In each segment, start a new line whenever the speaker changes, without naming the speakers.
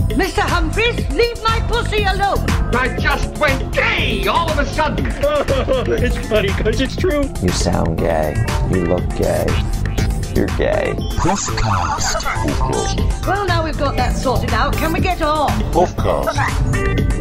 Mr. Humphries, leave my pussy alone.
I just went gay all of a sudden.
it's funny because it's true.
You sound gay. You look gay. You're gay. Puffcast.
Well, now we've got that sorted out, can we get on?
Puffcast.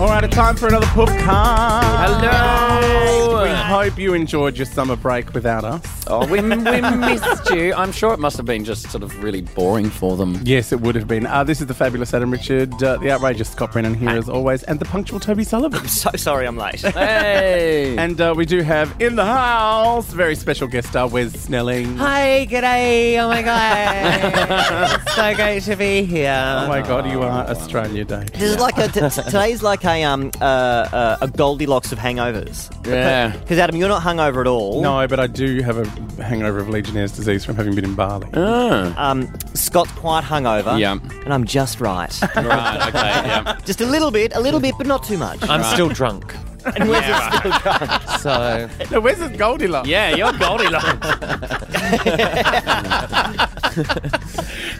All right, it's time for another Puffcast.
Hello.
We hope you enjoyed your summer break without us.
Oh, we, we missed you. I'm sure it must have been just sort of really boring for them.
Yes, it would have been. Uh, this is the fabulous Adam Richard, uh, the outrageous Scott Brennan here as always, and the punctual Toby Sullivan.
So sorry I'm late.
Hey.
And uh, we do have in the house very special guest star Wes Snelling.
Hi, g'day. Oh my god. it's so great to be
Oh
here.
my God, you are Australia Day.
This is like a t- t- today's like a um uh, uh, a Goldilocks of hangovers.
Yeah.
Because Adam, you're not hungover at all.
No, but I do have a hangover of Legionnaire's disease from having been in Bali.
Ah.
Um, Scott's quite hungover.
Yeah.
And I'm just right.
Right, okay, yeah.
just a little bit, a little bit, but not too much.
I'm still drunk.
and where's it still going?
So
No, where's this Goldilocks?
Yeah, you're Goldilocks.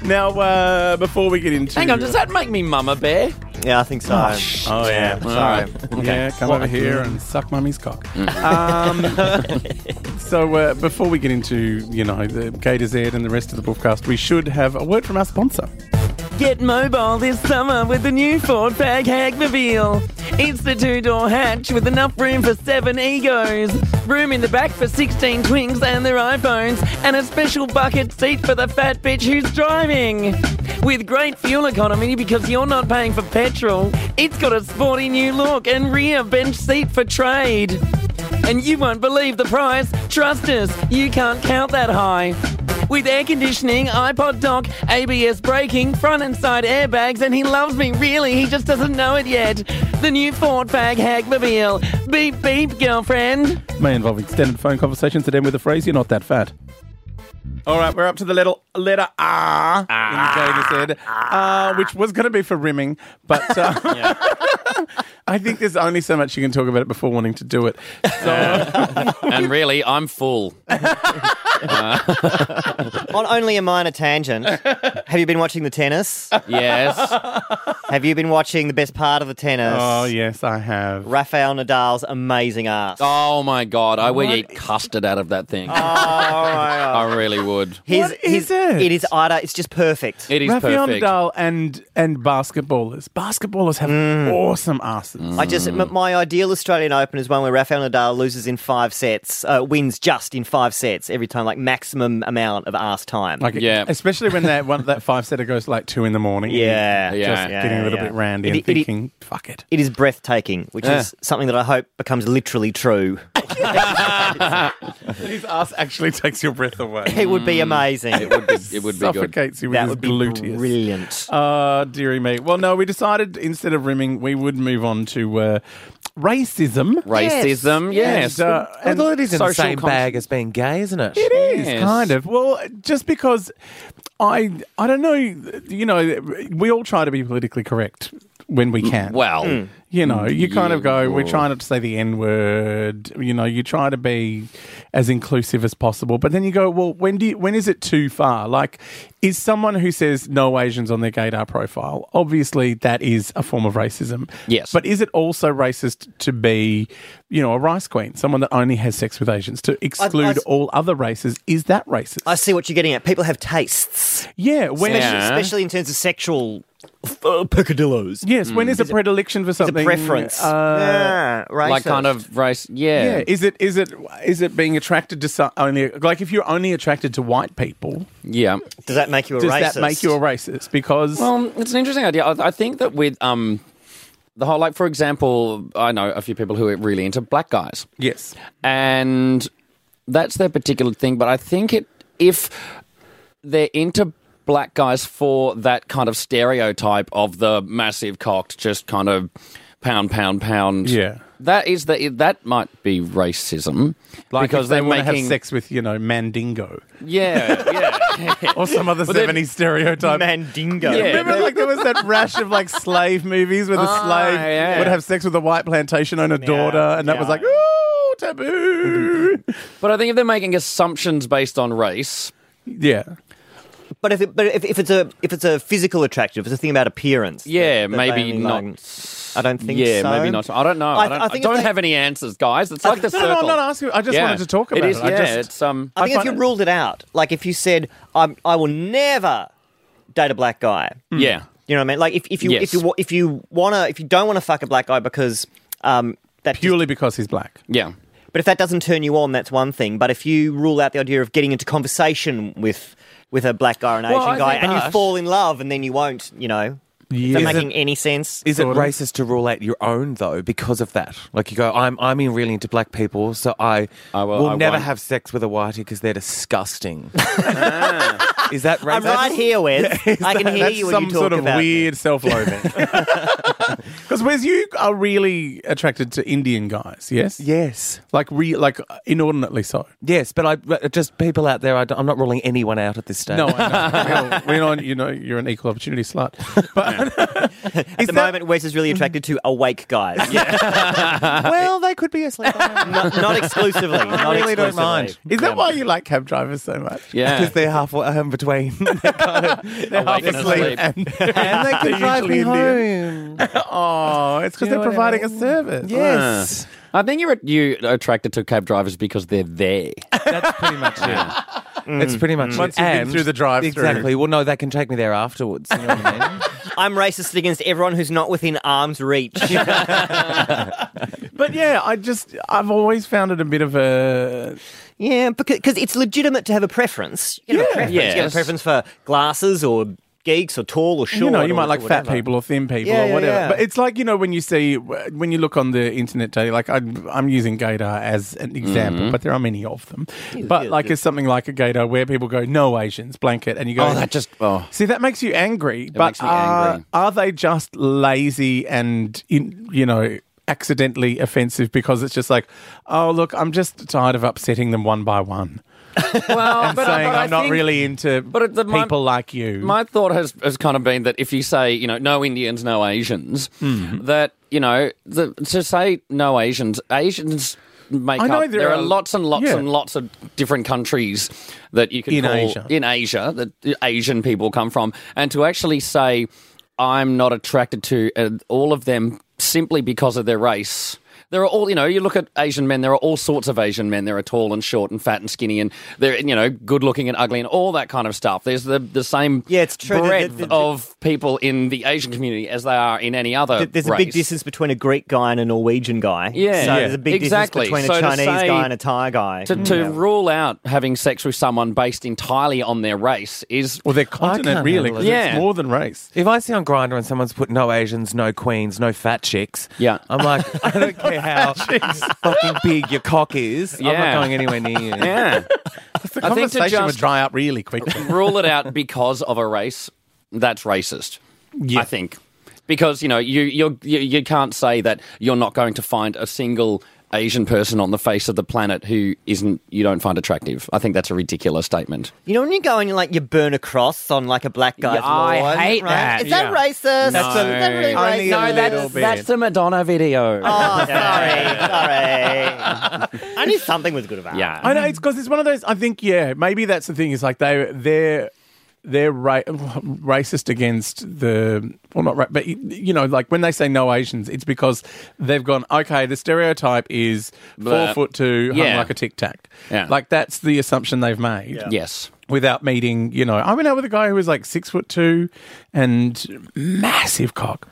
Now, uh, before we get into.
Hang on, does that make me Mama Bear?
Yeah, I think so.
Oh, yeah.
Sorry.
Yeah, come over here and suck mummy's cock. Um, so, uh, before we get into, you know, the K to Z and the rest of the broadcast, we should have a word from our sponsor.
Get mobile this summer with the new Ford Fag Hag Reveal. It's the two-door hatch with enough room for seven egos, room in the back for 16 twins and their iPhones, and a special bucket seat for the fat bitch who's driving. With great fuel economy because you're not paying for petrol, it's got a sporty new look and rear bench seat for trade. And you won't believe the price. Trust us, you can't count that high. With air conditioning, iPod dock, ABS braking, front and side airbags, and he loves me, really, he just doesn't know it yet. The new Ford Fag Hackmobile. Beep, beep, girlfriend.
May involve extended phone conversations that end with the phrase, you're not that fat. All right, we're up to the little letter R in K to Z, uh, which was going to be for rimming, but uh, I think there's only so much you can talk about it before wanting to do it. So,
Uh, And really, I'm full.
On only a minor tangent, have you been watching the tennis?
Yes.
Have you been watching the best part of the tennis?
oh yes, I have.
Rafael Nadal's amazing ass.
Oh my god, I would eat custard out of that thing. I really would.
His-
What is
his-
it?
It is Ida. It's just perfect.
It is
Rafael
perfect.
Nadal and and basketballers. Basketballers have awesome asses.
I just m- my ideal Australian Open is one where Rafael Nadal loses in five sets, uh, wins just in five sets every time, like maximum amount of ass time.
Like,
Yeah.
especially when that one that five setter goes like two in the morning.
yeah,
Yeah.
just getting a little
yeah.
bit randy
It-
and
it- it-
thinking, "Fuck it."
It is breathtaking, which
Yeah.
is something that I hope becomes literally true.
His ass actually takes your breath away.
It would be amazing.
It would be, it would be good.
Suffocates you with
that
his
would be
gluteus.
brilliant.
Uh, dearie me. Well, no, we decided instead of rimming, we would move on to uh, racism.
Racism, yes.
And, uh, and
well, it is in the
social
same
con-
bag as being gay, isn't it?
It is
Yes.
kind of well, just because I I don't know. You know, we all try to be politically correct when we can.
Mm, Well,
You know, you kind of go, we're
Yeah.
trying not to say the N word. You know, you try to be as inclusive as possible. But then you go, well, when do you, when is it too far? Like, is someone who says no Asians on their gaydar profile, obviously that is a form of racism.
Yes.
But is it also racist to be, you know, a rice queen, someone that only has sex with Asians, to exclude
s-
all other races? Is that racist?
I see what you're getting at. People have tastes,
yeah. When,
Yeah.
especially in terms of sexual uh, peccadillos.
Yes. When is a predilection for
The
something?
preference.
uh,
yeah,
like
racist.
kind of race, yeah.
Yeah, is it is it is it being attracted to some, only like if you're only attracted to white people,
yeah.
Does that make you a
does
racist?
that make you a racist? Because
Well, Um, it's an interesting idea. I, I think that with um, the whole, like, for example, I know a few people who are really into black guys.
yes,
and that's their particular thing. But I think it if they're into black guys for that kind of stereotype of the massive cocked, just kind of pound, pound, pound.
Yeah.
that is the that might be racism
like
because
if they
are
want to
making
have sex with you know Mandingo
Yeah, yeah,
or some other
then-
seventies stereotype.
mandingo?
Yeah.
Remember, like there was that rash of like slave movies where the slave
yeah.
would have sex with a white plantation owner daughter, and that was like ooh taboo. Mm-hmm.
but I think if they're making assumptions based on race.
yeah,
But if it, but if, if it's a if it's a physical attraction, if it's a thing about appearance,
Yeah,
that- that
maybe
they only
not-
like- I don't think.
yeah,
so.
maybe not. I don't know.
I th-
I, don't,
I
I
think
don't
it's
have any answers, guys. It's like the
No, no,
circle.
no, I'm not asking. I just
Yeah.
wanted to talk about it.
It is,
I
yeah,
just-
it's um.
I think
I
if you
find it-
ruled it out, like if you said, "I'm I will never date a black guy,"
yeah.
You know what I mean? Like if, if you
Yes.
if you wa- if you wanna if you don't want to fuck a black guy because um that
purely because he's black.
Yeah.
but if that doesn't turn you on, that's one thing. But if you rule out the idea of getting into conversation with with a black guy or an
Well,
Asian
I
guy,
think
and you
that-
fall in love, and then you won't, you know, is that
Yeah.
making any sense?
Is it
Sort of.
racist to rule out your own though because of that? Like you go, I'm I'm in really into black people, so I,
I will-
will
I
never
won't."
have sex with a whitey because they're disgusting.
Ah.
Is that racist?
I'm right here, Wes. I can hear
That's
you when
some
you talk
sort of
about me.
weird self-loathing. Because Wes, you are really attracted to Indian guys, yes?
Yes,
Like re- like inordinately so.
yes, but I but just people out there. I am not ruling anyone out at this stage.
No, I know. Well, we know. You know, you're an equal opportunity slut. But
At the moment, Wes is really attracted to awake guys.
well, they could be asleep.
not, not exclusively. Not
I really don't
exclusively.
mind
is that why you like cab drivers so much?
Yeah.
because they're halfway um, between.
They're half
Awake and
asleep
asleep.
and,
and they
they're
could drive me
usually Indian.
home.
Oh, it's because
You
they're
know what I
providing a
mean?
service.
Yes,
I think you're you are attracted to cab drivers because they're there.
Oh,
that's pretty much it. It's pretty much
Mm. Once
it.
you've been
And-
through the drive-through.
exactly. Well, no, they can take me there afterwards. You know what I mean?
I'm racist against everyone who's not within arm's reach.
But yeah, I just I've always found it a bit of a
Yeah, because cause it's legitimate to have a preference. You know, a preference. You have a
Yes.
preference for glasses or geeks or tall or short.
you know you
or-
might like
or
fat
whatever.
people or thin people
Yeah,
or
yeah,
whatever.
yeah.
But it's like you know when you see when you look on the internet today, like I, I'm using gaydar as an example,
Mm-hmm.
but there are many of them. but like it's something like a gaydar where people go no Asians blanket, and you go
Oh, that just oh.
See, that makes you angry, but
makes me
are,
angry.
are they just lazy and, in, you know, accidentally offensive because it's just like, oh, look, I'm just tired of upsetting them one by one.
Well,
saying I'm not
think-
really into
but at the
people
mom-
like you.
My thought has, has kind of been that if you say, you know, no Indians, no Asians,
Hmm.
that, you know, the, to say no Asians, Asians make
I know
up.
there
There, are,
are-
lots and lots
yeah.
and lots of different countries that you can
In
call
Asia.
in Asia that the Asian people come from. And to actually say, I'm not attracted to uh, all of them simply because of their race. There are all, you know, you look at Asian men, there are all sorts of Asian men. There are tall and short and fat and skinny and they're, you know, good looking and ugly and all that kind of stuff. There's the, the same
Yeah, it's true. The- the-
breadth
the-
of people in the Asian community as they are in any other
Th- There's a
race.
big distance between a Greek guy and a Norwegian guy.
Yeah.
so
Yeah.
there's a big
Exactly.
distance between
So
a
to
Chinese
say-
guy and a Thai guy.
To, to rule out having sex with someone based entirely on their race is
or their
can't
continent, really,
handle
'cause
it. Yeah.
it's more than race.
If I see on Grinder and someone's put no Asians, no queens, no fat chicks,
Yeah.
I'm like, I don't care how fucking big your cock is, I'm
Yeah.
not going anywhere near you.
yeah.
The
I think to
conversation would
just-
dry up really quickly.
rule it out because of a race. That's racist. I think because you know you you're, you you can't say that you're not going to find a single Asian person on the face of the planet who isn't you don't find attractive. I think that's a ridiculous statement.
you know when you go and you like you burn a cross on like a black guy's
Yeah, I
lawn,
hate
right?
that.
Is that racist?
That's
Is that really
No.
racist?
Only a No, that's- little bit. that's
the Madonna video.
Oh, sorry, sorry. I knew something was good about. it.
yeah.
I know it's because it's one of those. I think yeah, maybe that's the thing. Is like they they're they're ra- racist against the well not ra- but y- you know like when they say no Asians, it's because they've gone okay. The stereotype is
Blah.
four foot two, hung
Yeah.
like a tic tac.
Yeah.
Like that's the assumption they've made.
Yes.
Without meeting, you know, I went out with a guy who was like six foot two and massive cock.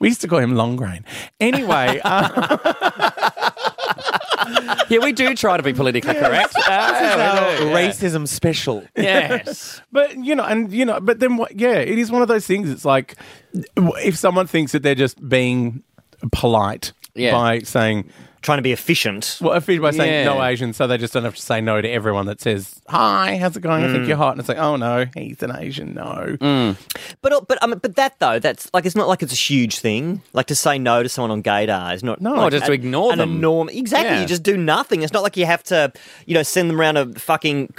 We used to call him long grain. Anyway, uh,
Yeah, we do try to be politically correct.
Our
Ah, we do, yeah.
racism special.
Yes.
But you know, and you know, but then what? Yeah, it is one of those things. It's like if someone thinks that they're just being polite
Yeah.
by saying,
trying to be efficient.
well, if- by saying
Yeah.
no Asian, so they just don't have to say no to everyone that says, "Hi, how's it going? I
Mm.
think you're hot," and it's like, "Oh no, he's an Asian." No,
But but um, but that though, that's like it's not like it's a huge thing. Like to say no to someone on gaydar is not. No,
or just to ignore
an
them.
Enorm, exactly.
Yeah.
You just do nothing. It's not like you have to, you know, send them around a fucking.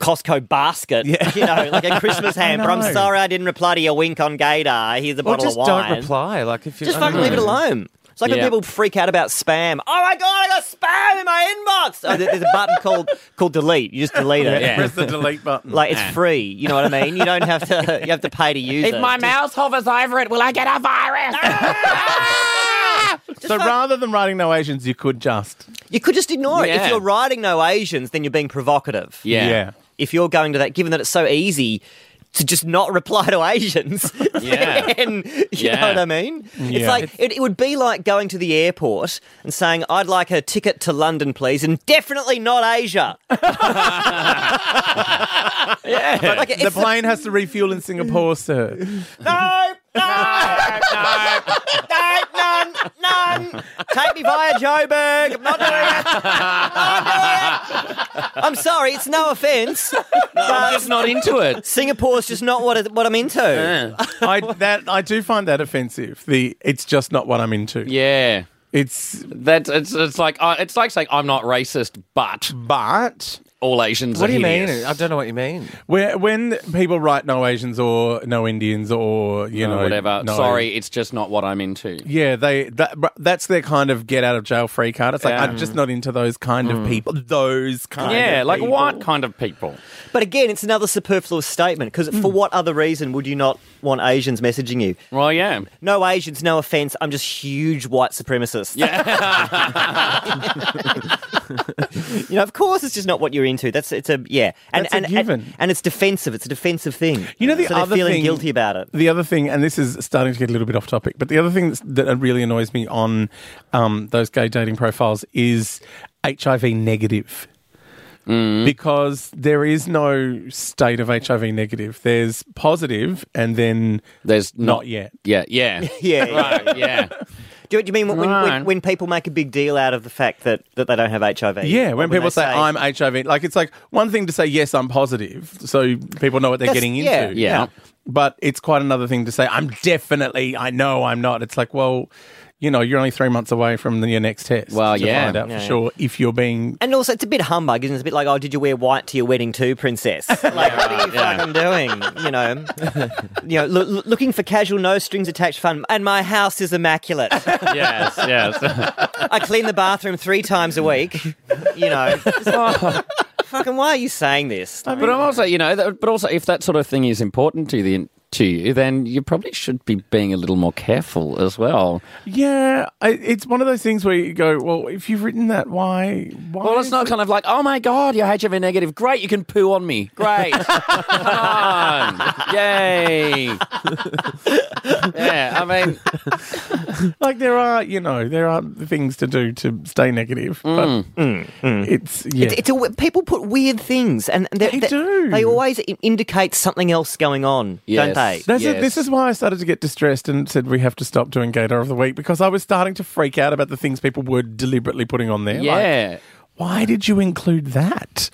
Costco basket, you know, like a Christmas hamper. I'm
know.
sorry I didn't reply to your wink on Gaydar. Here's a
Or
bottle
just
of wine.
don't reply. Like if you
Just fucking leave it alone. It's like when
Yeah.
people freak out about spam. Oh my god, I got spam in my inbox. Oh, there- there's a button called called delete. You just delete it.
Yeah.
Press the delete button.
Like it's free. You know what I mean? You don't have to. You have to pay to use it.
mouse hovers over it, will I get a virus?
so rather than writing no Asians, you could just.
you could just ignore it.
Yeah.
If you're writing no Asians, then you're being provocative.
Yeah.
If you're going to that, given that it's so easy. To just not reply to Asians,
Yeah.
then, you know
Yeah.
what I mean. It's
Yeah.
like it, it would be like going to the airport and saying, "I'd like a ticket to London, please," and definitely not Asia.
But
Like, it's
the
the-
plane has to refuel in Singapore, sir.
No, no, no, no, none, none. Take me via Joburg. I'm not doing it. Not doing it. I'm sorry, it's no offence,
I'm
but
just not into it.
Singapore's just not what, it, what I'm into.
I that I do find that offensive. The it's just not what I'm into.
Yeah.
It's
That's it's it's like uh, it's like saying I'm not racist, but
but
all Asians
What
are
do you mean?
hideous.
I don't know what you mean.
where, when people write no Asians or no Indians or you know
Oh, whatever.
no-
Sorry, it's just not what I'm into.
Yeah, they that, br- that's their kind of get out of jail free card. It's like
Yeah. Mm.
I'm just not into those kind of people. Those kind.
Yeah,
of
like
people.
what kind of people?
But again, it's another superfluous statement because for what other reason would you not want Asians messaging you?
Well, yeah,
No Asians, no offence. I'm just huge white supremacist.
yeah,
You know, of course, it's just not what you're into. That's it's a yeah, and
That's a
and, and-
given.
And, it's defensive. It's a defensive thing.
You know the
so they're
other
feeling
thing-
guilty about it.
The other thing, and this is starting to get a little bit off topic, but the other thing that's, that really annoys me on um, those gay dating profiles is HIV negative.
Mm.
Because there is no state of HIV negative. There's positive, and then
there's
not,
not,
yet.
Yeah, yeah,
Yeah, yeah.
right, yeah.
Do you, do you mean when, when,
Right.
when, when people make a big deal out of the fact that, that they don't have HIV?
Yeah,
Or
when people
they
say, I'm HIV, like it's like one thing to say yes, I'm positive, so people know what they're
That's-
getting into.
yeah,
yeah.
But it's quite another thing to say I'm definitely, I know I'm not. It's like, well, you know, you're only three months away from the, your next test.
Well,
to
yeah.
find out
Yeah.
for sure if you're being.
And also, it's a bit humbug, isn't it? It's a bit like, oh, did you wear white to your wedding too, princess? Like, what are you fucking doing? You know, you know, loo- loo- looking for casual, no strings attached fun. And my house is immaculate.
yes, yes.
I clean the bathroom three times a week. You know, It's like, fucking, why are you saying this?
but I'm also, you know, that, but also, if that sort of thing is important to the to you, then you probably should be being a little more careful as well.
Yeah, I, it's one of those things where you go, well, if you've written that, why? why
Well, it's
is
not
it-
kind of like, oh my god, you're HIV negative. Great, you can poo on me. Great, come on, yay. yeah, I mean,
like there are, you know, there are things to do to stay negative, but mm, it's yeah.
It's, it's a, people put weird things, and they,
They do.
They always i- indicate something else going on,
Yes.
don't they?
That's it.
Yes.
This is why I started to get distressed and said we have to stop doing Gator of the Week because I was starting to freak out about the things people were deliberately putting on there. Like,
yeah.
why did you include that?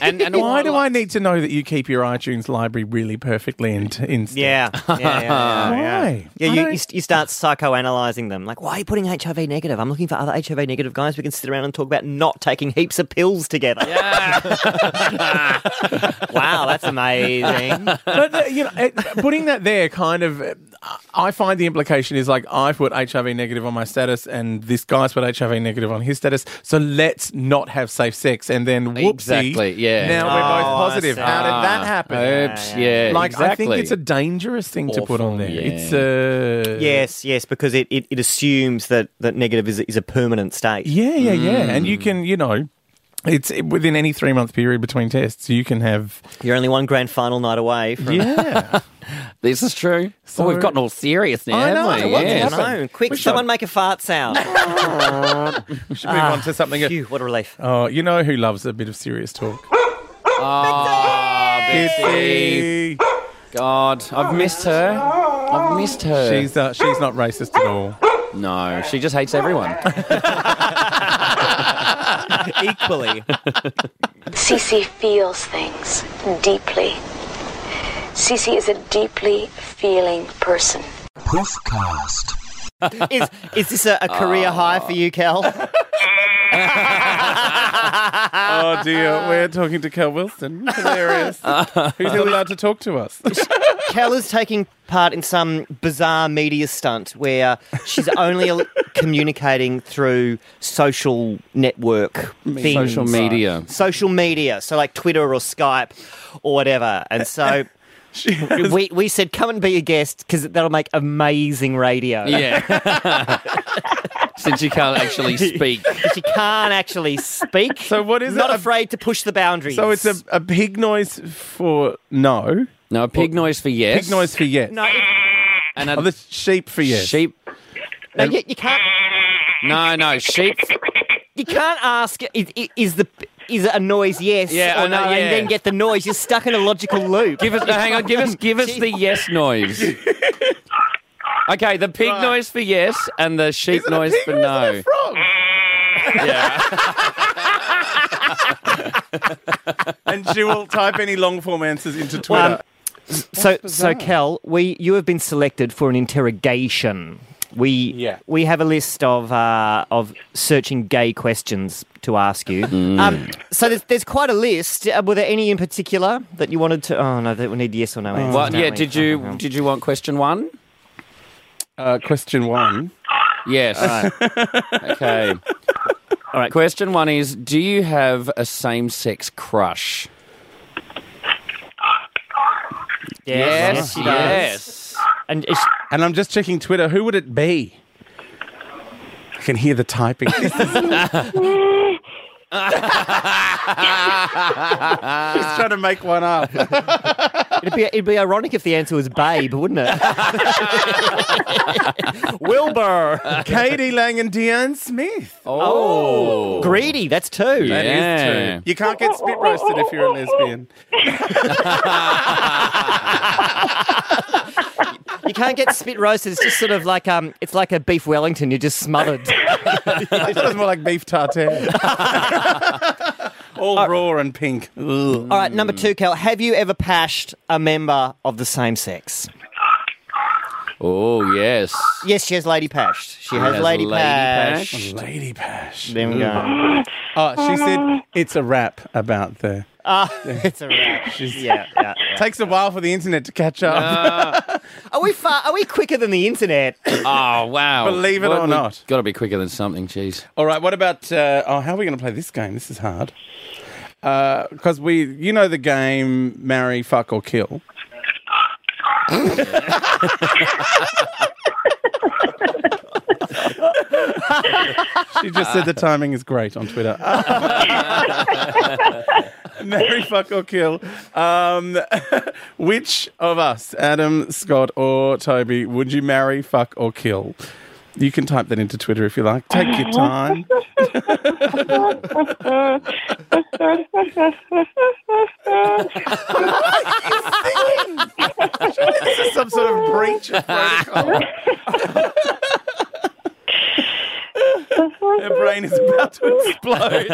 And, and
why do
like-
I need to know that you keep your iTunes library really perfectly in? in
Yeah, yeah, yeah. yeah.
Why?
Yeah,
I
you,
don't-
you, st- you start psychoanalyzing them. Like, why are you putting HIV negative? I'm looking for other HIV negative guys. We can sit around and talk about not taking heaps of pills together.
Ah.
wow, that's amazing.
but uh, you know, it, putting that there kind of, uh, I find the implication is like I put HIV negative on my status, and this guy's put HIV negative on his status. So let's not have safe sex, and then whoopsie,
Exactly, yeah. Ah,
Now
Oh,
we're
I
both positive.
see.
How did that happen?
Oops, yeah,
like
exactly.
I think it's a dangerous thing to put
Awful,
on there.
yeah.
It's uh, a
yes, yes, because it, it, it assumes that, that negative is, is a permanent state.
yeah, yeah, yeah. And
Mm.
you can, you know. It's within any three month period between tests, you can have.
You're only one grand final night away from.
Yeah.
This is true.
So-
well, we've gotten all serious now,
I know,
haven't we?
what's
Yes.
happened?
No, quick,
Wish
someone
I'd-
make a fart sound.
we should move on to something.
Phew, what a relief.
Oh, you know who loves a bit of serious talk?
Ah, Bitsy.
Bitsy.
God, I've missed her. I've missed her.
She's uh, she's not racist at all.
no, she just hates everyone.
Equally.
Cece feels things deeply. Cece is a deeply feeling person.
Is is this a, a career high for you, Cal?
Oh dear, we're talking to Kel Wilson. Hilarious. Who's allowed to talk to us?
Kella's taking part in some bizarre media stunt where she's only al- communicating through social network things.
Social media.
Social media. So, like Twitter or Skype or whatever. And so. We, we said, come and be a guest because that'll make amazing radio.
Yeah. Since you can't actually speak.
She can't actually speak.
So what is
Not
it?
afraid to push the boundaries.
So it's a, a pig noise for no,
No, pig noise for yes.
pig noise for yes,
No, it-
And a
oh, the sheep for yes.
sheep.
no you, you can't.
No, no, sheep.
You can't ask. Is, is the is it a noise? Yes
Yeah,
or
I
no,
know, yeah.
and then get the noise. You're stuck in a logical loop.
Give us, no, hang on, give us, give us the yes noise. Okay, the pig noise for yes and the sheep
Is it a
noise
pig
for
or is it a
no.
frog?
Yeah.
and she will type any long form answers into
Um,
Twitter.
so so Kel, we you have been selected for an interrogation. We
Yeah.
we have a list of uh, of searching gay questions to ask you.
Mm.
Um, so there's, there's quite a list. Uh, were there any in particular that you wanted to? Oh no, that we need yes or no answers.
What,
don't
yeah,
we?
did
Oh,
you
no.
did you want question one?
uh, question one.
Yes. okay. All right. Question one is: Do you have a same-sex crush?
Yes, yes, yes. And is,
And I'm just checking Twitter. Who would it be? I can hear the typing. He's trying to make one up.
It'd be, it'd be ironic if the answer was babe, wouldn't it? Wilbur.
Katie Lang and Deanne Smith.
Oh.
Greedy, that's two.
Yeah.
That is true. You can't get spit roasted if you're a lesbian.
You can't get spit roasted. It's just sort of like um, it's like a beef Wellington. You're just smothered.
I thought it was more like beef tartare. All raw and pink. Ugh.
All right, number two, Cal. Have you ever pashed a member of the same sex?
Oh yes.
Yes, she has lady pashed. She has,
Yes,
lady, pashed.
Pash.
Lady Pash.
There we go.
Oh, she said it's a rap about the.
It's a wrap. yeah, yeah, yeah.
Takes a while for the internet to catch up.
Are we far? Are we quicker than the internet?
Oh wow.
Believe it or not.
Got to be quicker than something. Jeez.
All right, what about? Uh, oh, how are we going to play this game? This is hard. Because we, you know, the game marry, fuck, or kill. she just said the timing is great on Twitter. marry, fuck, or kill. Um, which of us, Adam, Scott, or Toby, would you marry, fuck, or kill? You can type that into Twitter if you like. Take your time. This is some sort of breach of protocol. Her brain is about to explode.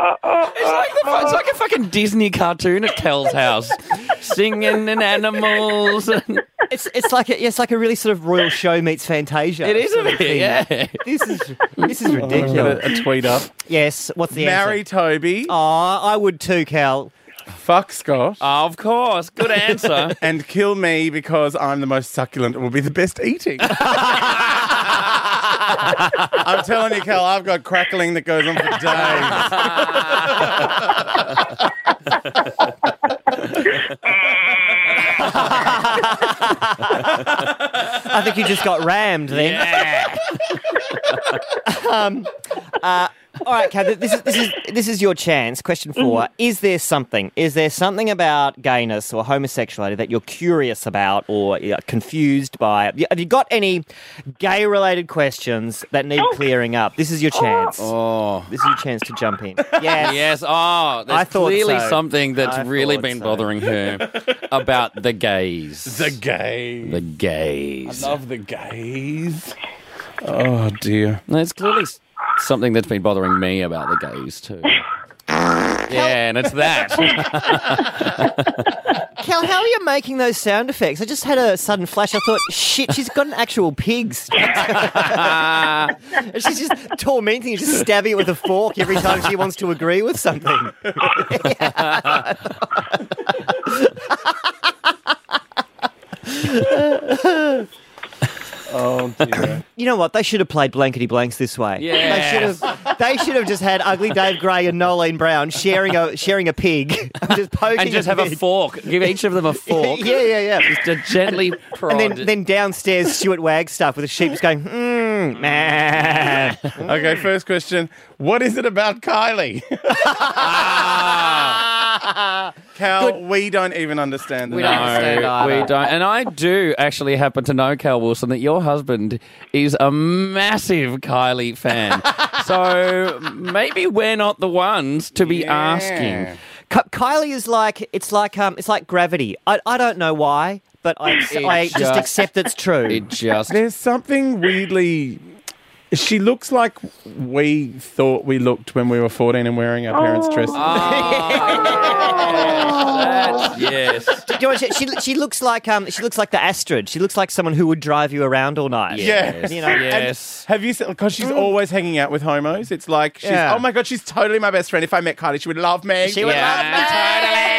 It's like a fucking Disney cartoon at Kel's house, singing and animals. And...
It's it's like a, it's like a really sort of royal show meets Fantasia.
It is a
sort of
bit,
thing.
yeah.
This is this is
I'm
ridiculous.
gonna- a tweet up.
Yes. What's the
Marry
answer?
Toby.
Oh, I would too, Cal.
Fuck Scott.
Of course, good answer.
and kill me because I'm the most succulent and will be the best eating. I'm telling you, Cal, I've got crackling that goes on for days.
I think you just got rammed then. um, uh, all right, Cal. th- This is this is this is your chance. Question 4 Is there something? Is there something about gayness or homosexuality that you're curious about or you know, confused by? Y- Have you got any gay-related questions that need clearing up? This is your chance.
Oh.
This is your chance to jump in. Yes.
Yes. Oh, there's
I thought
clearly
so.
something that's
I
really
thought
been
so.
bothering her about the gays.
the gays.
The gays.
Love the gays. Oh, dear.
No, it's clearly s- something that's been bothering me about the gays too. yeah, and it's that.
Cal, how are you making those sound effects? I just had a sudden flash. I thought, shit, she's got an actual pig's. And she's just tormenting you, just stabbing it with a fork every time she wants to agree with something.
Oh, dear.
You know what? They should have played blankety blanks this way.
Yes.
They should have. They should have just had ugly Dave Gray and Nolene Brown sharing a sharing a pig, just poking
and just
at
have a
the-
fork. Give each of them a fork.
yeah, yeah, yeah.
Just to gently prod.
And then, then downstairs, Stuart Wagstaff with the sheep's going, mmm, meh."
Okay, first question. What is it about Kylie? Cal, we don't even understand.
we
that.
don't
understand either.
We don't. And I do actually happen to know, Cal Wilson, that your husband is a massive Kylie fan. so maybe we're not the ones to be
Yeah.
asking.
Ky- Kylie is like it's like um it's like gravity. I, I don't know why, but I, I just,
just-
accept it's true.
It just.
There's something weirdly. She looks like we thought we looked when we were 14 and wearing our parents' dresses.
Oh. That's- yes.
Do you know what she, she she looks like um she looks like the Astrid. She looks like someone who would drive you around all night.
Yes.
You know,
Yes.
Have you seen? Because she's always hanging out with homos. It's like, she's,
Mm. Yeah.
oh my god, she's totally my best friend. If I met Kylie, she would love me.
She would
Yeah, totally.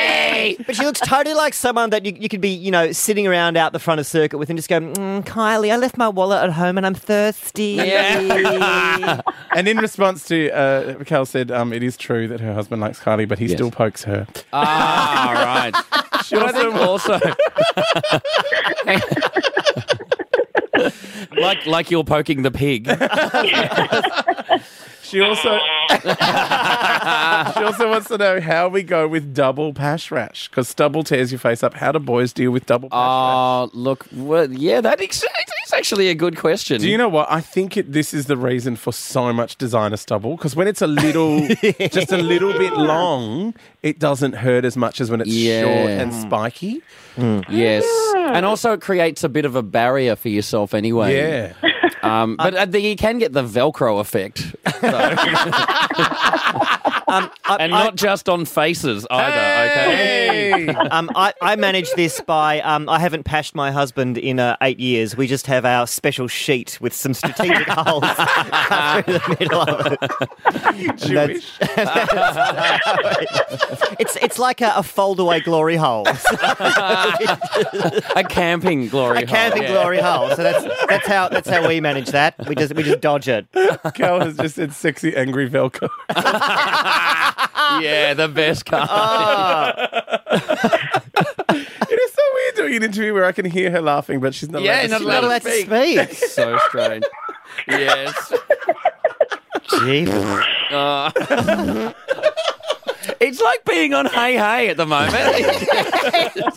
But she looks totally like someone that you, you could be, you know, sitting around out the front of circuit with and just go, mm, Kylie, I left my wallet at home and I'm thirsty.
Yeah.
And in response to uh, Cal said, um, it is true that her husband likes Kylie, but he still pokes her.
Ah, right. But I think also. like like you're poking the pig.
She also she also wants to know how we go with double pash rash because stubble tears your face up. How do boys deal with double pash rash?
Oh, look. Well, yeah, that is it's actually a good question.
Do you know what? I think it, this is the reason for so much designer stubble because when it's a little, just a little bit long, it doesn't hurt as much as when it's
Yeah. Mm.
short and spiky.
Yes. And also, it creates a bit of a barrier for yourself anyway.
Yeah.
Um, but uh, the, you can get the Velcro effect. so. and not just on faces either, okay?
Hey.
um, I, I manage this by um, I haven't pashed my husband in uh, eight years. We just have our special sheet with some strategic holes cut through the middle of it.
Jewish.
It's it's like a, a foldaway glory hole,
A camping glory
a camping
hole.
glory hole. So that's that's how that's how we manage that. We just we just dodge it.
Cal has just said sexy angry Velcro.
Yeah, yeah the best car.
it is so weird doing an interview where I can hear her laughing, but she's not.
Yeah,
allowed to
not
speak.
Not
allowed
allowed to speak.
so strange. Yes.
Gee.
It's like being on Hey Hey at the moment.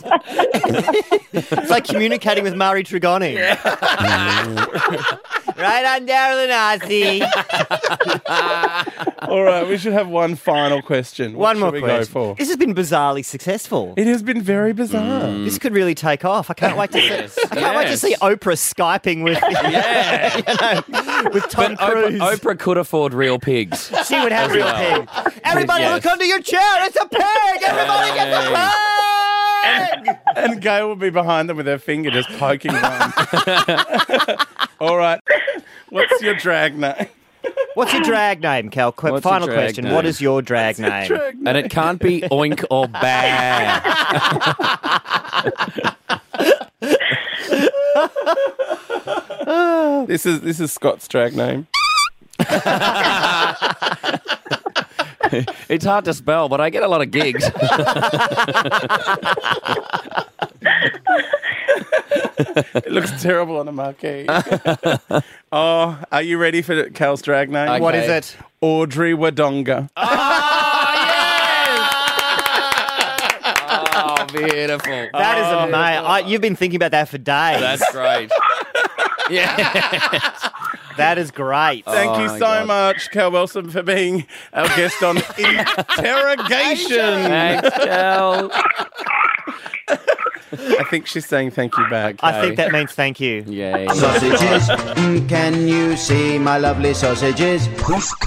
It's like communicating with Mari Trigoni. right on down the Nazi.
All right, we should have one final question. What
One
should
more
we
question.
Go for?
This has been bizarrely successful.
It has been very bizarre.
this could really take off. I can't wait to see. I can't wait to
yes.
see Oprah skyping with
yeah.
you know, with Tom
But Oprah,
Cruise.
Oprah could afford real pigs.
she would have real
well.
pig. Everybody,
Yes.
look under your chair. It's a pig. Everybody gets a pig.
And Gail will be behind them with her finger just poking them. All right. What's your drag name?
What's your drag name, Cal? Qu-
What's your
Final
drag
question.
name?
What is your drag name?
And it can't be oink or bang.
This is this is Scott's drag name.
It's hard to spell, but I get a lot of gigs.
It looks terrible on a marquee. oh, are you ready for Cal's drag name?
Okay.
What is it?
Audrey Wodonga.
Oh, beautiful.
That is amazing. I, you've been thinking about that for days.
Oh. That's great. Yeah.
that is great.
Thank you
my
so
God.
much, Cal Wilson, for being our guest on Interrogation.
Thanks, Cal.
I think she's saying thank you back.
I think that means thank you.
Yay.
Sausages. Mm, Can you see my lovely sausages?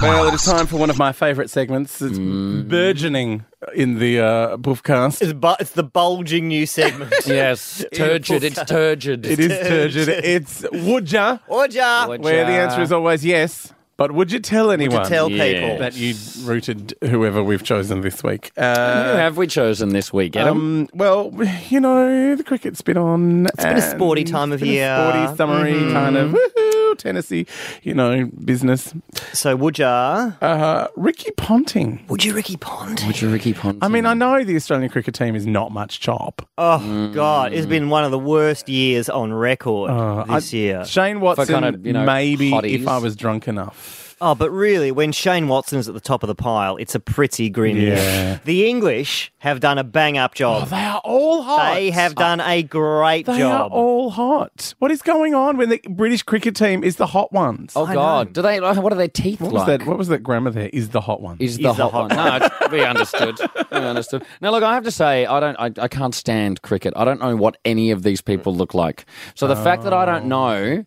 Well, it is time for one of my favourite segments. It's
Mm.
burgeoning in the uh, Boofcast.
It's, bu- it's the bulging new segment.
yes. Turgid. It's turgid.
It is turgid. It's would ya?
Orja,
Would
Where the
ya?
answer is always yes. But would you tell anyone
to tell
Yeah.
people.
that you rooted whoever we've chosen this week?
Who
Uh,
have we chosen this week, Adam?
Um, well, you know, the cricket's been on. It's
been a sporty time of year. Mm-hmm.
sporty, summery kind of woohoo, Tennessee, you know, business.
So Woodjar.
Uh, Ricky Ponting.
Would you Ricky Pond?
Would you Ricky Ponting?
I mean, I know the Australian cricket team is not much chop.
Oh God, it's been one of the worst years on record this year.
Shane Watson,
kind of, you know,
maybe
hotties.
if I was drunk enough.
Oh, but really, when Shane Watson is at the top of the pile, it's a pretty grim
Yeah.
year. The English have done a bang up job.
They are all hot.
they have done a great
Oh, They are
job.
all hot. What is going on when the British cricket team is the hot ones?
oh God, do they? What are their teeth
what was
like?
that? What was that grammar there? Is the hot one?
is the
Is the
hot,
hot
one. No, it's- we understood. We understood. Now, look, I have to say, I don't, I, I can't stand cricket. I don't know what any of these people look like. So the fact that I don't know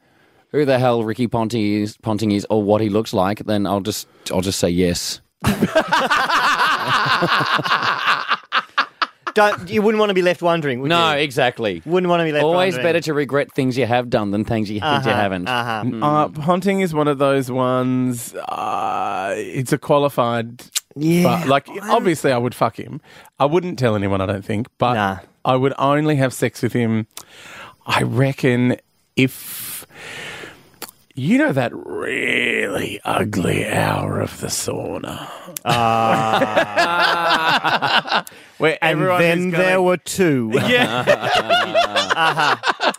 who the hell Ricky Ponting is, Ponting is, or what he looks like, then I'll just, I'll just say yes.
Don't you wouldn't want to be left wondering? Would
No,
you?
exactly.
wouldn't want to be left.
Always
wondering.
better to regret things you have done than things you, things you haven't.
Uh-huh.
Uh, Ponting is one of those ones. Uh, it's a qualified.
Yeah,
but, like obviously, I would fuck him. I wouldn't tell anyone. I don't think, but
Nah.
I would only have sex with him. I reckon if you know that really ugly hour of the sauna.
Ah.
Where
And
everyone is
then
going-
there were two.
yeah,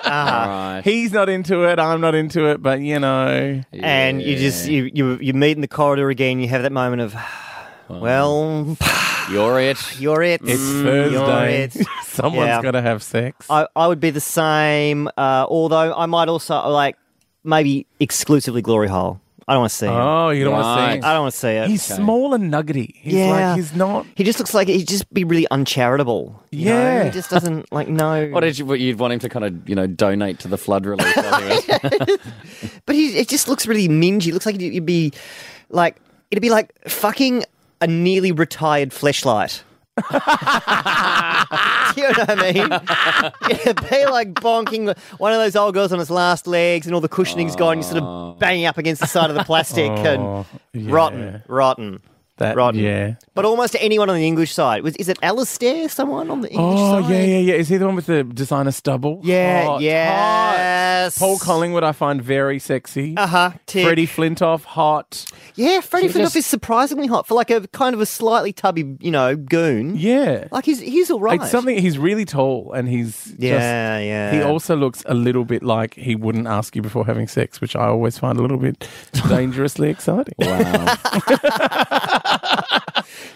Right.
he's not into it. I'm not into it. But you know,
and you just you, you you meet in the corridor again. You have that moment of, well,
You're it.
you're it.
it's
Mm, You're
Thursday.
it.
Someone's
Yeah.
got to have sex.
I, I would be the same. Uh, although I might also like maybe exclusively glory hole. I don't want to see him.
Oh, you don't want to
Right.
see. him.
I don't want to see it.
He's small and nuggety. He's
Yeah.
like he's not.
he just looks like he'd just be really uncharitable. you know?
Yeah.
he just doesn't like know.
What did you? What you'd want him to kind of, you know, donate to the flood relief?
But he it just looks really mingy. It looks like it'd be like it'd be like fucking a nearly retired fleshlight. Do you know what I mean? It'd be like bonking one of those old girls on its last legs, and all the cushioning's gone. You're sort of banging up against the side of the plastic,
Oh,
and
yeah.
rotten, rotten.
That,
rotten.
Yeah.
But almost to anyone on the English side was is it Alistair? Someone on the English
Oh
side?
yeah, yeah, yeah. Is he the one with the designer stubble?
yeah,
Hot,
yes.
hot. Paul Collingwood, I find very sexy.
Uh huh.
Freddie Flintoff, hot.
Yeah, Freddie
She just-
Flintoff is surprisingly hot for like a kind of a slightly tubby, you know, goon.
Yeah.
Like he's he's all right.
It's something. He's really tall, and he's just.
Yeah, yeah.
He also looks a little bit like he wouldn't ask you before having sex, which I always find a little bit dangerously exciting.
wow.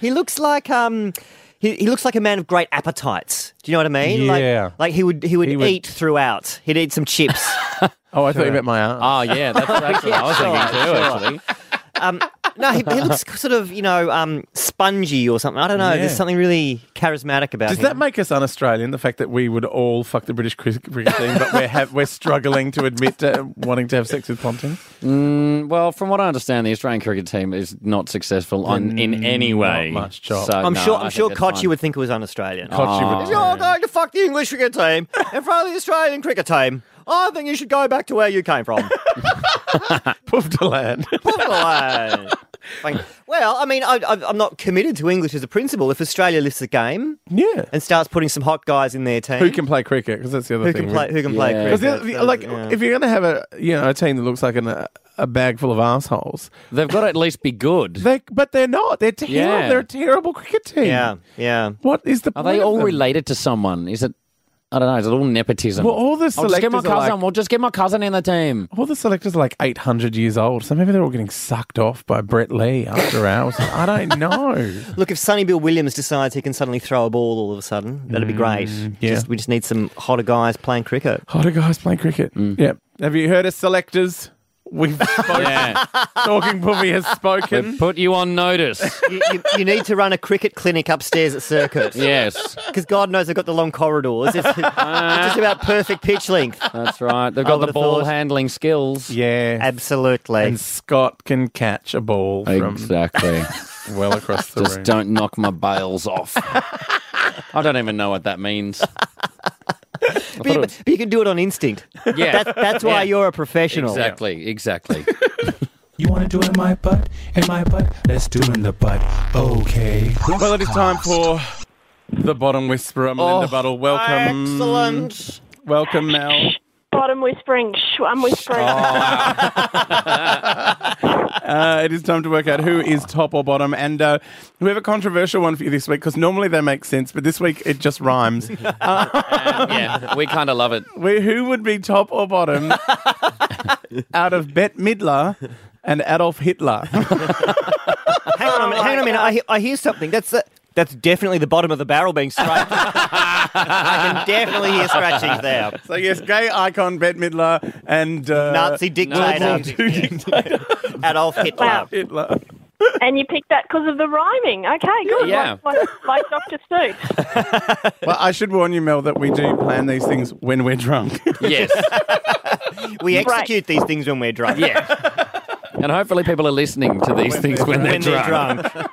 he looks like um. He, he looks like a man of great appetites. Do you know what I mean?
Yeah.
Like, like he would he would
He would-
eat throughout. He'd eat some chips.
Oh, I thought you meant my aunt.
Oh yeah, that's, that's what I was thinking too. Actually.
um, no, he, he looks sort of you know um, spongy or something. I don't know.
Yeah.
There's something really charismatic about
Does
him.
that make us un-Australian? The fact that we would all fuck the British cricket cricket team, but we're ha- we're struggling to admit to wanting to have sex with Ponting.
Well, from what I understand, the Australian cricket team is not successful on, in any way.
much chop.
I'm
no,
sure
I
I'm
think
sure
that's
Kochi
fine.
would think it was un-Australian. Oh,
God, she would-
You're going to fuck the English cricket team in front of the Australian cricket team. I think you should go back to where you came from.
Poof to land.
Like, well, I mean, I, I, I'm not committed to English as a principle. If Australia lifts the game
yeah.
and starts putting some hot guys in their team,
Who can play cricket? Because that's the other
who
thing.
can play? Who can
Yeah.
play?
Because the,
Cricket?
the, like,
Yeah.
if you're going to have a you know a team that looks like an, a, a bag full of assholes,
They've got to at least be good.
they but they're not. They're terrible.
Yeah.
They're a terrible cricket team.
yeah, yeah.
What is the?
Are
point
they
of
all
them?
related to someone? Is it? I don't know. Is it all nepotism?
Well, all the
I'll just get my
selectors are
cousin.
like-
We'll just get my cousin in the team.
All the selectors are like 800 years old, so maybe they're all getting sucked off by Brett Lee after hours. I don't know.
Look, if Sonny Bill Williams decides he can suddenly throw a ball all of a sudden, that'd be great.
Mm, yeah.
Just, we just need some hotter guys playing cricket.
Mm.
Hotter guys playing cricket. Yep. Have you heard of selectors? We've spoken.
Yeah.
Talking Puffy has
We
spoken.
put you on notice.
You, you, you need to run a cricket clinic upstairs at Circuit.
yes,
Because God knows they've got the long corridors. It's, it's just about perfect pitch length.
that's right. They've
I
got the
would've
ball
thought-
handling skills.
Yeah.
Absolutely.
And Scott can catch a ball
Exactly.
from well across the
Just
room.
don't knock my bails off. I don't even know what that means.
But, you- but you can do it on instinct.
Yeah,
That's, that's why
Yeah.
you're a professional.
exactly, exactly.
You wanna do it in my butt? In my butt? Let's do it in the butt. Okay.
Well, it is time for the bottom whisperer, Melinda
Oh,
Buttle. Welcome.
Excellent.
Welcome, Mel.
Bottom whispering. Shh, I'm whispering.
Oh.
Uh, it is time to work out who is top or bottom. And uh, we have a controversial one for you this week because normally they make sense, but this week it just rhymes.
yeah, we kind of love it.
Where, who would be top or bottom out of Bette Midler and Adolf Hitler?
Hang on a minute. Hang on a minute. I, he- I hear something. That's the, that's definitely the bottom of the barrel being scratched. I can definitely hear scratchings there.
so, yes, gay icon Bette Midler and uh,
Nazi
World War
dictator
two dictator
Adolf Hitler.
Wow.
Hitler.
and you picked that because of the rhyming. Okay, good.
Yeah.
Like, like, like Dr. Seuss.
Well, I should warn you, Mel, that we do plan these things when we're drunk.
Yes,
We execute these things when we're drunk.
yeah. And hopefully, people are listening to these things when they're
When they're
drunk.
drunk.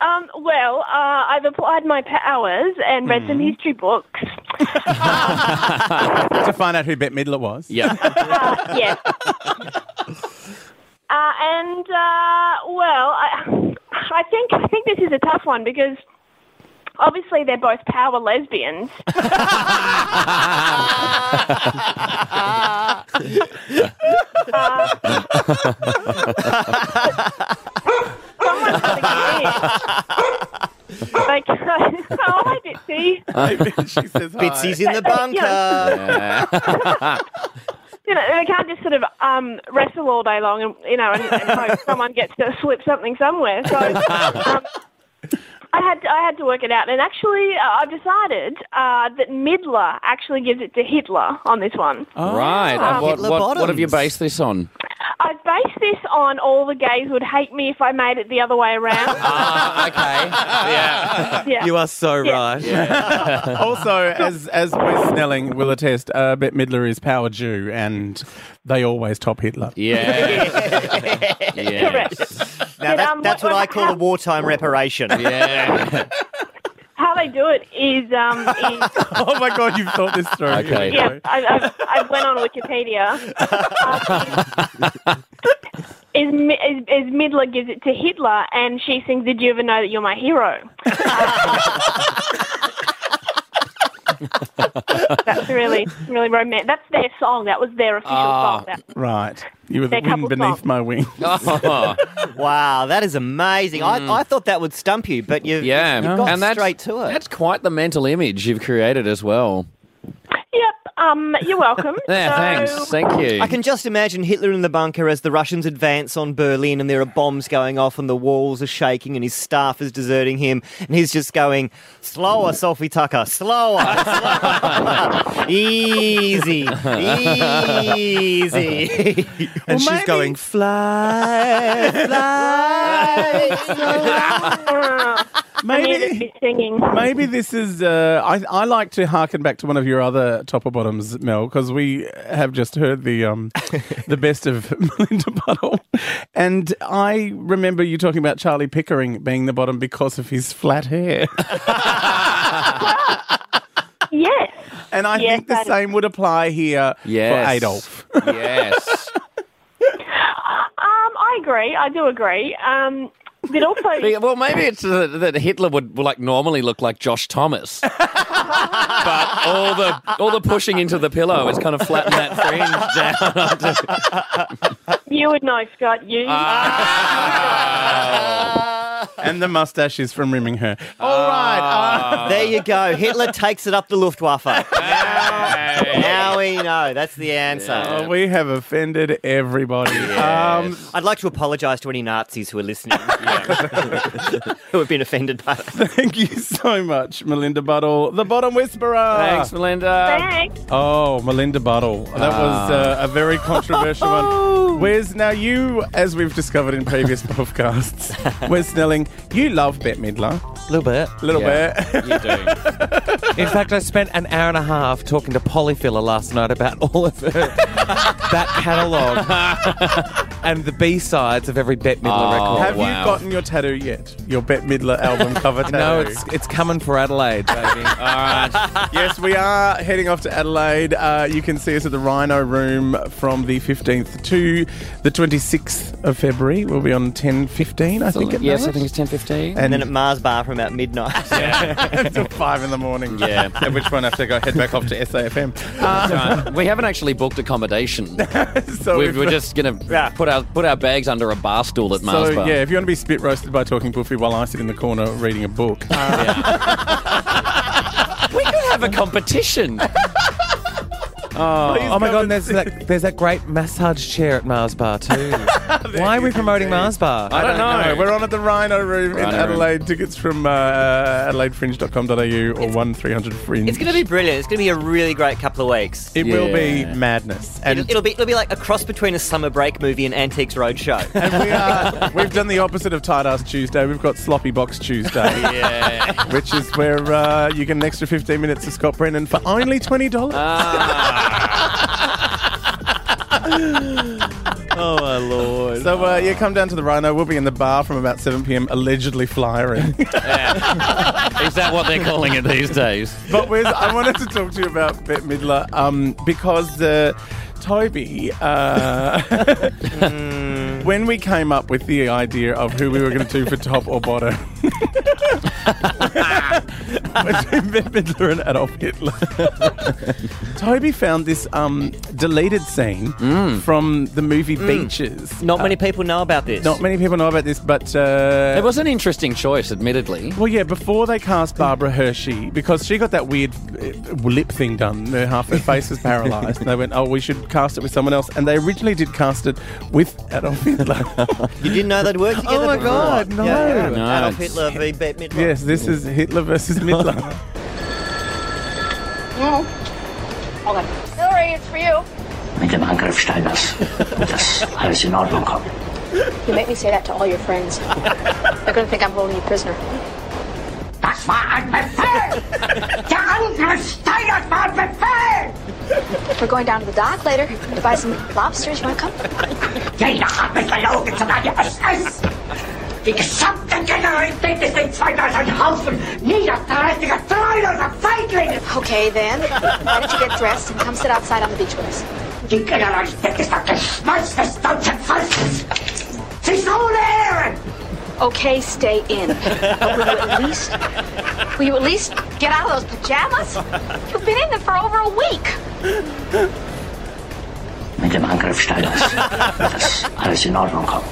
Um, well, uh, I've applied my powers and read some history books.
to find out who Bette Midler was.
Yeah,
Uh, yes. Uh, and uh, well, I, I think I think this is a tough one because obviously they're both power lesbians. Uh, someone's got to get in. Like, oh, hi, Bitsy.
she says hi.
Bitsy's in the bunker.
you know, they can't just sort of um, wrestle all day long and, you know, and, and hope someone gets to slip something somewhere. So um, I, had to, I had to work it out. And actually, uh, I've decided uh, that Midler actually gives it to Hitler on this one.
Oh. right. And what,
Hitler
what, what have you
bottoms.
based this on?
I've based this on all the gays would hate me if I made it the other way around.
Ah, okay. Yeah.
yeah.
You are so
Yeah.
right.
Also, as as Wes Snelling will attest, uh, Bette Midler is power Jew, and they always top Hitler.
Yeah. yeah.
Correct.
Now
But,
that,
um,
that's what
what-
I call a wartime reparation.
Yeah.
How they do it is, um, is
Oh my God, you've thought this through.
Okay.
Yeah, I, I, I went on Wikipedia. Um, is, Mi- is, is Midler gives it to Hitler, and she sings, "Did you ever know that you're my hero?" Uh, that's really, really romantic. That's their song. That was their official
Ah.
song. That,
Right. You were the
They're
wind
couple
beneath
songs.
my wing.
Oh,
Wow, that is amazing. I, I thought that would stump you, but you've,
yeah.
you've got
and that's,
straight to it.
That's quite the mental image you've created as well.
yep. Um, you're welcome.
Yeah,
So-
thanks. Thank you.
I can just imagine Hitler in the bunker as the Russians advance on Berlin and there are bombs going off and the walls are shaking and his staff is deserting him and he's just going, slower, Sophie Tucker, slower, slower. easy, easy.
And she's going, fly, fly.
Uh, I need to
Maybe.
be singing.
Maybe this is. Uh, I, I like to harken back to one of your other top or bottoms, Mel, because we have just heard the um, the best of Melinda Buttle, and I remember you talking about Charlie Pickering being the bottom because of his flat hair.
Yes.
And I
Yes,
think the
that is-
same would apply here
Yes.
for Adolf.
yes.
Um, I agree. I do agree. Um, but also,
Yeah, Well, maybe it's that, that Hitler would like normally look like Josh Thomas, but all the all the pushing into the pillow has kind of flattened that fringe down. onto-
you would know, Scott. You.
Ah.
and the mustache is from rimming her.
All right.
Ah.
there you go. Hitler takes it up the Luftwaffe. now, now we know. That's the answer.
Oh, we have offended everybody. Um,
I'd like to apologise to any Nazis who are listening, who have been offended by it.
thank you so much, Melinda Buttle, the bottom whisperer.
Thanks, Melinda.
Thanks.
Oh, Melinda Buttle. That
Ah.
was uh, a very controversial one. Wes, now you, as we've discovered in previous podcasts, Wes Snelling, you love Bette Midler.
A little bit.
A little
Yeah.
bit.
You do.
In fact, I spent an hour and a half talking to Polyfiller last night about all of her, that catalogue and the B sides of every Bette
Oh,
Midler record.
Have
wow.
you gotten your tattoo yet? Your Bette Midler album cover tattoo?
no, it's it's coming for Adelaide, baby.
All right.
yes, we are heading off to Adelaide. Uh, you can see us at the Rhino Room from the 15th to the 26th of February. We'll be on 10.15, I think. at
yes,
Melbourne.
I think it's ten fifteen.
And then at Mars Bar from about midnight.
until five in the morning.
Yeah.
At which point I have to go head back off to SAFM.
we haven't actually booked accommodation.
Uh, So
we
if-
we're just gonna
Yeah.
put our put our bags under a bar stool at Mars
so
Bar.
yeah, if you want to be spit roasted by talking buffy while I sit in the corner reading a book,
Oh. We could have a competition.
Oh my god, and there's that there's that great massage chair at Mars Bar too. Why are we promoting Mars Bar?
I don't know.
We're on at the Rhino Room in
Rhino Room.
Adelaide. Tickets from uh, adelaidefringe.com.au or one three hundred fringe.
It's going to be brilliant. It's going to be a really great couple of weeks.
It will be
Yeah.
madness, and
It'll, it'll be it'll be like a cross between a summer break movie and Antiques Roadshow.
and we are, we've done the opposite of tight ass Tuesday. We've got sloppy box Tuesday,
yeah.
which is where uh, you get an extra fifteen minutes of Scott Brennan for only twenty dollars.
Oh my lord.
so uh, yeah, come down to the Rhino. We'll be in the bar from about seven pm, allegedly flyering.
Is that what they're calling it these days?
But Wes, I wanted to talk to you about Bette Midler um, because uh, Toby, uh, when we came up with the idea of who we were going to do for top or bottom, between Bette Midler and Adolf Hitler, Toby found this um, deleted scene from the movie Beaches.
Not many people know about this.
Not many people know about this, but uh,
It was an interesting choice, admittedly.
well, yeah, before they cast Barbara Hershey, because she got that weird uh, lip thing done, her half her face was paralysed, and they went, oh, we should cast it with someone else. And they originally did cast it with Adolf Hitler.
You didn't know they'd work together.
Oh my
before?
God, no.
No,
Adolf
it's-
Hitler v. Bette Midler.
yes, this is Hitler versus Midler.
Sorry, it's for you.
Mit dem Angriff Steiners wird das alles in Ordnung kommen.
You make me say that to all your friends. They're gonna think I'm holding you prisoner.
Das war ein Befehl! Der Angriff Steiners war ein Befehl!
We're going down to the dock later to buy some lobsters. You wanna come?
Jeder hat mich
"Oh,
gelogen, solange es ist! Die gesamte Generalität ist in zwei ein Haufen niederträchtiger, treuloser Feiglinge!
Okay, then. Why don't you get dressed and come sit outside on the beach with us?
Die Generalität ist das Geschmeiß des deutschen Volkes! Sie ist ohne Ehren!
Okay, stay in. But will you at least, will you at least get out of those pajamas? You've been in them for over a week.
Mit dem Angriff Steiners wird das alles in Ordnung kommen.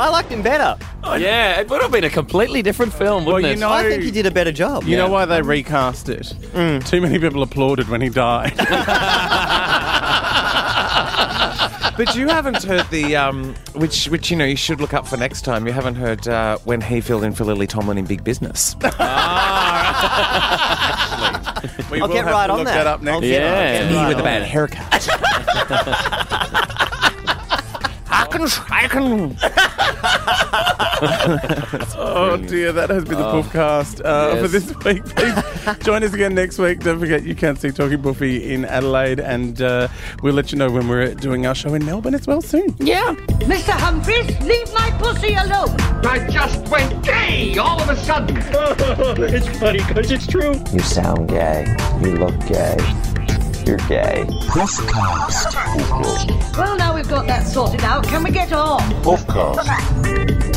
I liked him better.
Yeah, it would have been a completely different film, wouldn't
Oh, you
it?
know-
I think he did a better job.
You know why they recast it? Too many people applauded when he died.
But you haven't heard the um, which which you know you should look up for next time. You haven't heard uh, when he filled in for Lily Tomlin in Big Business.
we
I'll
will
get
have
right
to
on
look
that.
up next
I'll get
time.
on it.
Yeah.
with a bad haircut. I can, I can.
Oh dear, that has been the Puffcast uh,
yes.
for this week. Please join us again next week. Don't forget you can see Talking Buffy in Adelaide, and uh, we'll let you know when we're doing our show in Melbourne as well soon.
Mr. Humphries, leave my pussy alone.
I just went gay all of a sudden.
it's funny because it's true.
You sound gay. You look gay. You're gay.
Well, now we've got that sorted out, can we get on?
Puffcast.